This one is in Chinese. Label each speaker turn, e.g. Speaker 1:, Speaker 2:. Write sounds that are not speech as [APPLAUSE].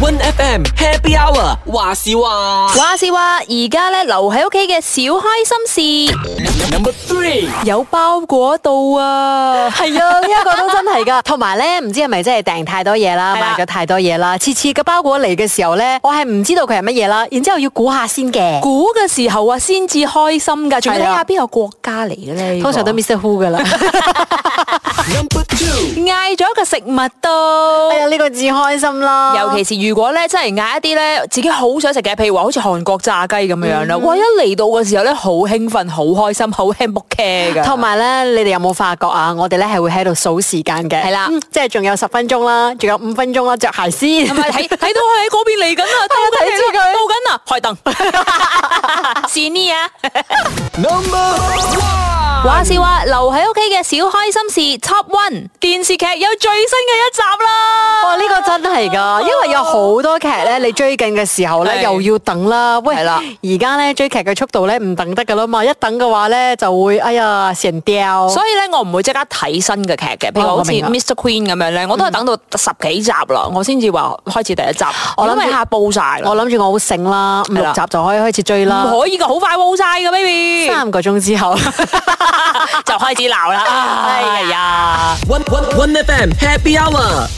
Speaker 1: Win FM Happy Hour 話事話
Speaker 2: 話是話，而家咧留喺屋企嘅小開心事，
Speaker 1: ，Number Three
Speaker 2: 有包裹到啊！係啊，呢一個都真
Speaker 3: [LAUGHS]
Speaker 2: 係噶。同埋咧，唔知係咪真係訂太多嘢啦，
Speaker 3: 係啦
Speaker 2: 買咗太多嘢啦。次次嘅包裹嚟嘅時候咧，我係唔知道佢係乜嘢啦，然之後要估下先嘅。
Speaker 3: 估嘅時候啊，先至開心噶，仲要睇
Speaker 2: 係啊
Speaker 3: 下邊個國家嚟嘅咧。呢個
Speaker 2: 通常都 Mr Who 噶啦。
Speaker 1: Number Two
Speaker 3: [LAUGHS] 嗌咗個食物到
Speaker 2: 哎。呀，呢個至開心啦，
Speaker 3: 尤其是如果咧真係嗌一啲咧自己好想食嘅，譬如話好似韓國炸雞咁樣樣啦，哇！一嚟到嘅時候咧，好興奮、好開心、好 h a m b u r [LAUGHS] g
Speaker 2: 同埋咧，你哋有冇發覺啊？我哋咧係會喺度數時間嘅，
Speaker 3: 係啦
Speaker 2: 嗯即係仲有十分鐘啦，仲有五分鐘啦，着鞋先。
Speaker 3: 同埋睇睇到佢喺嗰邊嚟緊 [LAUGHS] 啊，
Speaker 2: 係啊
Speaker 3: 到
Speaker 2: 睇
Speaker 3: 緊
Speaker 2: 住
Speaker 3: 啦，到
Speaker 2: 佢
Speaker 3: 緊啦，開燈， [LAUGHS] 是呢啊！
Speaker 1: Number One
Speaker 3: 話是話，留喺屋企嘅小開心事 Top One 電視劇有最新嘅一集啦。
Speaker 2: [LAUGHS] 哦，呢、個真係噶，因為有好多劇咧，你追緊嘅時候咧，
Speaker 3: 係
Speaker 2: 又要等啦。喂，
Speaker 3: 係啦
Speaker 2: 而家咧追劇嘅速度咧唔等得噶啦嘛，一等嘅話咧就會哎呀成掉。
Speaker 3: 所以咧，我唔會即刻睇新嘅劇嘅，譬如
Speaker 2: 哦
Speaker 3: 好
Speaker 2: 我
Speaker 3: 似
Speaker 2: 明啊
Speaker 3: Mr Queen 咁樣咧，我都係等到十幾集啦，我先至話開始第一集，
Speaker 2: 我諗
Speaker 3: 因為下煲晒啦
Speaker 2: 我，諗住我好醒啦，五
Speaker 3: 係
Speaker 2: 六
Speaker 3: 啦
Speaker 2: 集就可以開始追啦
Speaker 3: 唔，可以噶，好快煲晒噶，baby
Speaker 2: [LAUGHS] 三個鐘之後。
Speaker 3: [LAUGHS] 就開始鬧啦，哎呀！
Speaker 2: 哎
Speaker 1: One One One FM Happy Hour。